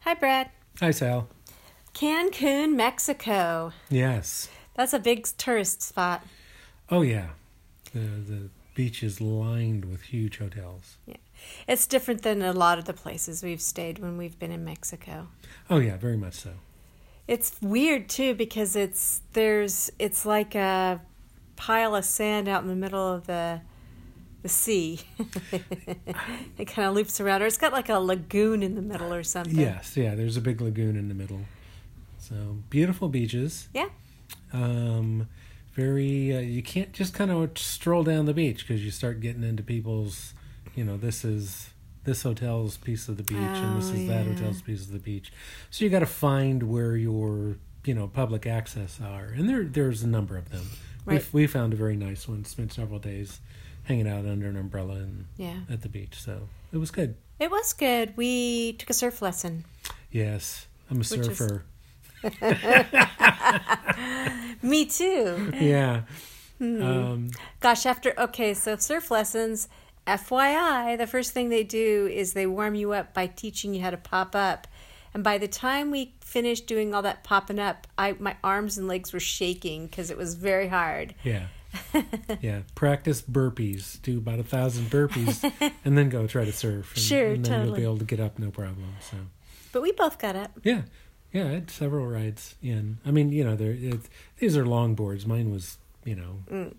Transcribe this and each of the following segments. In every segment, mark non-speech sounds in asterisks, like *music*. Hi, Brad. Hi, Sal. Cancun, Mexico. Yes. That's a big tourist spot. Oh, yeah. The, the beach is lined with huge hotels. It's different than a lot of the places we've stayed when we've been in Mexico. Oh, yeah, very much so. It's weird too because it's there's it's like a pile of sand out in the middle of the the sea. *laughs* it kind of loops around, or it's got like a lagoon in the middle or something. Yes, yeah, there's a big lagoon in the middle. So beautiful beaches. Yeah. Um, very, uh, you can't just kind of stroll down the beach because you start getting into people's, you know, this is this hotel's piece of the beach and this Oh, is that yeah. hotel's piece of the beach. So you got to find where your, you know, public access are. And there there's a number of them. Right. We, we found a very nice one, spent several days hanging out under an umbrella and Yeah. at the beach. So it was good. It was good. We took a surf lesson. Yes, I'm a is- surfer. Me too. *laughs* Yeah. Hmm. Um, Gosh, after okay, so surf lessons, FYI, the first thing they do is they warm you up by teaching you how to pop up. And by the time we finished doing all that popping up, I my arms and legs were shaking because it was very hard. yeah. yeah. Practice burpees. Do about a thousand *laughs* burpees and then go try to surf. And, Sure, And then you'll totally. be able to get up no problem. So, But we both got up. yeah. Yeah. I had several rides in. I mean, you know, there it's, these are long boards. Mine was, you know,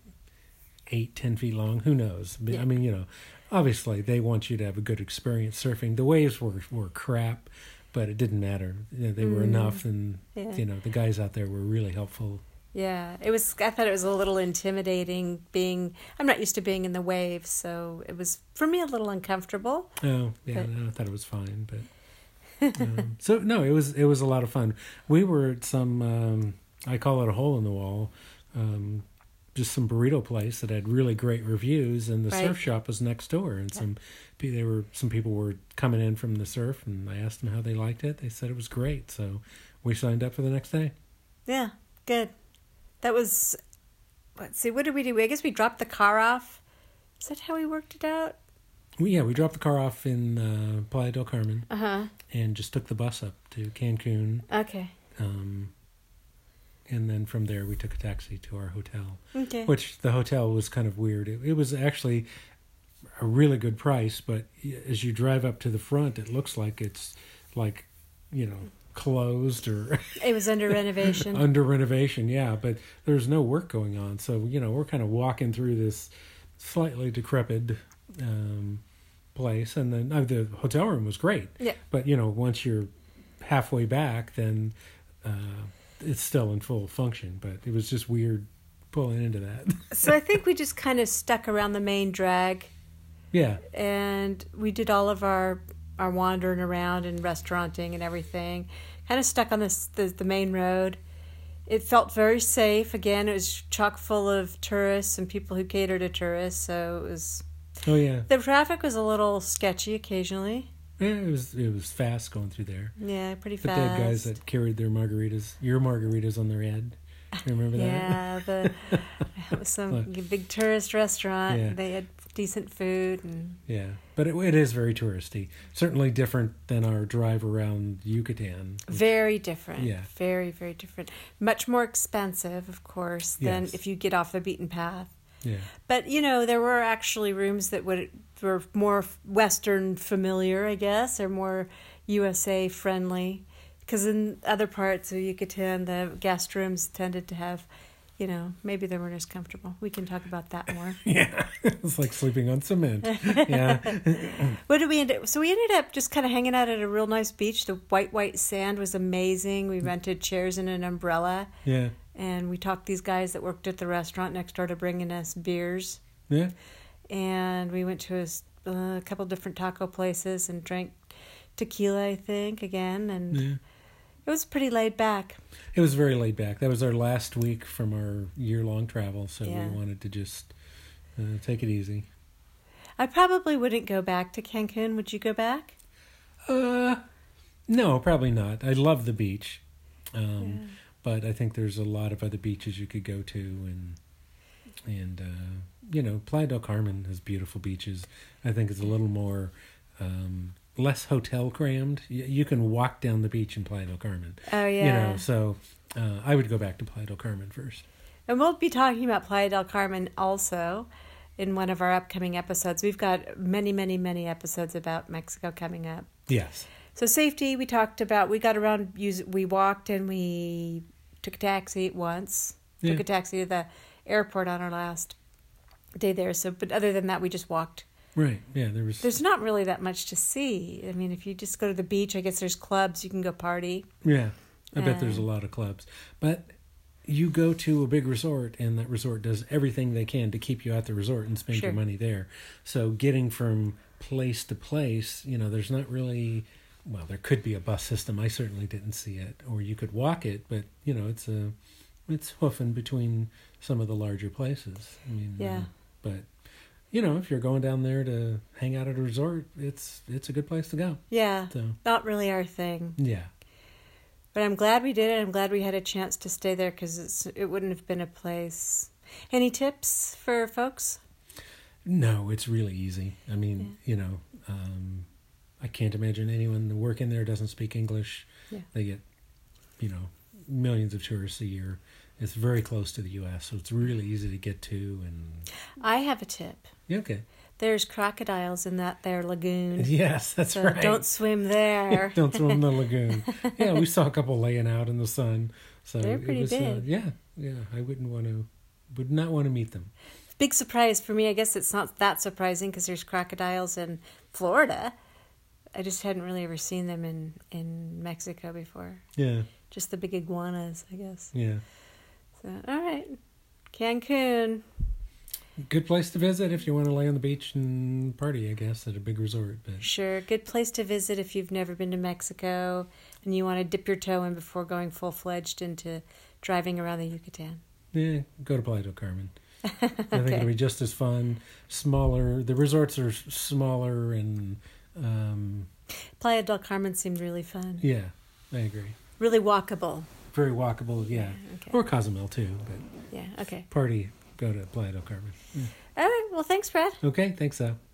eight, ten feet long. Who knows? Mm. But, Yeah. I mean, you know, obviously they want you to have a good experience surfing. The waves were, were crap, but it didn't matter. You know, they were enough. And, Mm. Yeah. you know, the guys out there were really helpful. Yeah, it was. I thought it was a little intimidating. Being, I'm not used to being in the waves, so it was for me a little uncomfortable. Oh yeah, But- no, I thought it was fine, *laughs* but um, so no, it was it was a lot of fun. We were at some um, I call it a hole in the wall, um, just some burrito place that had really great reviews, and the Right. surf shop was next door, and some pe- they were some people were coming in from the surf, and I asked them how they liked it. They said it was great, so we signed up for the next day. Yeah, good. That was. Let's see. What did we do? I guess we dropped the car off. Is that how we worked it out? We, yeah, we dropped the car off in uh, Playa del Carmen Uh huh. and just took the bus up to Cancun. Okay. Um, and then from there, we took a taxi to our hotel, Okay. which the hotel was kind of weird. It, it was actually a really good price, but y- as you drive up to the front, it looks like it's like, you know, closed or *laughs* It was under renovation. under renovation. Yeah, but there's no work going on. So, you know, we're kind of walking through this slightly decrepit um, place. And then uh, the hotel room was great yeah. but you know once you're halfway back then uh, it's still in full function but it was just weird pulling into that *laughs* So I think we just kind of stuck around the main drag, yeah and we did all of our our wandering around and restauranting and everything. Kind of stuck on this the, the main road. It felt very safe. Again, it was chock full of tourists and people who cater to tourists. So it was oh yeah the traffic was a little sketchy occasionally. yeah it was it was fast going through there Yeah, pretty but fast. they had guys that carried their margaritas your margaritas on their head You remember that Yeah, *laughs* the it was some big tourist restaurant. Yeah. They had decent food and yeah but it, it is very touristy certainly different than our drive around yucatan very different. Mm. Yeah. very very different. Much more expensive, of course, than Yes. if you get off the beaten path. yeah *laughs* But you know, there were actually rooms that would were more Western familiar, I guess, or more USA friendly. Because in other parts of Yucatan, the guest rooms tended to have, you know, maybe they weren't as comfortable. We can talk about that more. yeah *laughs* it's like sleeping *laughs* on cement yeah What did we end up? So we ended up just kind of hanging out at a real nice beach. The white, white sand was amazing. Mm. We rented chairs and an umbrella, yeah and we talked these guys that worked at the restaurant next door to bringing us beers. yeah And we went to a, s- uh, couple different taco places and drank tequila, I think, again. And Yeah. it was pretty laid back. It was very laid back. That was our last week from our year long travel, so Yeah. we wanted to just uh, take it easy. I probably wouldn't go back to Cancun. Would you go back? Uh, no, probably not. I love the beach, um, but I think there's a lot of other beaches you could go to, and and uh, you know, Playa del Carmen has beautiful beaches. I think it's a little more um, less hotel crammed. Y- You can walk down the beach in Playa del Carmen. Oh, yeah. You know, so uh, I would go back to Playa del Carmen first. And we'll be talking about Playa del Carmen also in one of our upcoming episodes. We've got many, many, many episodes about Mexico coming up. Yes. So safety, we talked about. We got around. Use we walked and we took a taxi once. Took Yeah. a taxi to the airport on our last day there. So, but other than that, we just walked. Right. Yeah. There was. There's not really that much to see. I mean, if you just go to the beach, I guess there's clubs you can go party. yeah. I bet there's a Uh, lot of clubs, but you go to a big resort and that resort does everything they can to keep you at the resort and spend Sure. your money there. So getting from place to place, you know, there's not really. Well, there could be a bus system. I certainly didn't see it, or you could walk it, but you know, it's a, it's hoofing between some of the larger places. I mean, uh, Yeah. but you know, if you're going down there to hang out at a resort, it's it's a good place to go. Yeah, So not really our thing. yeah, But I'm glad we did it. I'm glad we had a chance to stay there because it wouldn't have been a place. Any tips for folks? No, it's really easy. I mean, you know, um, I can't imagine anyone working there doesn't speak English. Yeah. They get, you know, millions of tourists a year. It's very close to the U.S., so it's really easy to get to. And I have a tip. yeah, okay, There's crocodiles in that there lagoon. *laughs* yes, that's so right. don't swim there. *laughs* *laughs* Don't throw 'em in the lagoon. yeah, we saw a couple laying out in the sun. So They're it pretty was, Uh, big. yeah, yeah. I wouldn't want to, would not want to meet them. Big surprise for me. I guess it's not that surprising because there's crocodiles in Florida. I just hadn't really ever seen them in, in Mexico before. Yeah, Just the big iguanas, I guess. yeah. So, all right. Cancun. Good place to visit if you want to lay on the beach and party, I guess, at a big resort. But Sure. Good place to visit if you've never been to Mexico and you want to dip your toe in before going full fledged into driving around the Yucatan. Yeah, Eh, go to Playa del Carmen. I think Okay. it'll be just as fun. Smaller. The resorts are s- smaller, and um, Playa del Carmen seemed really fun. yeah, I agree. Really walkable. Very walkable. Yeah, Okay. or Cozumel too. But Yeah. Okay. party, go to Playa del Carmen. All right. Well, thanks, Brad. Okay, thanks, Al.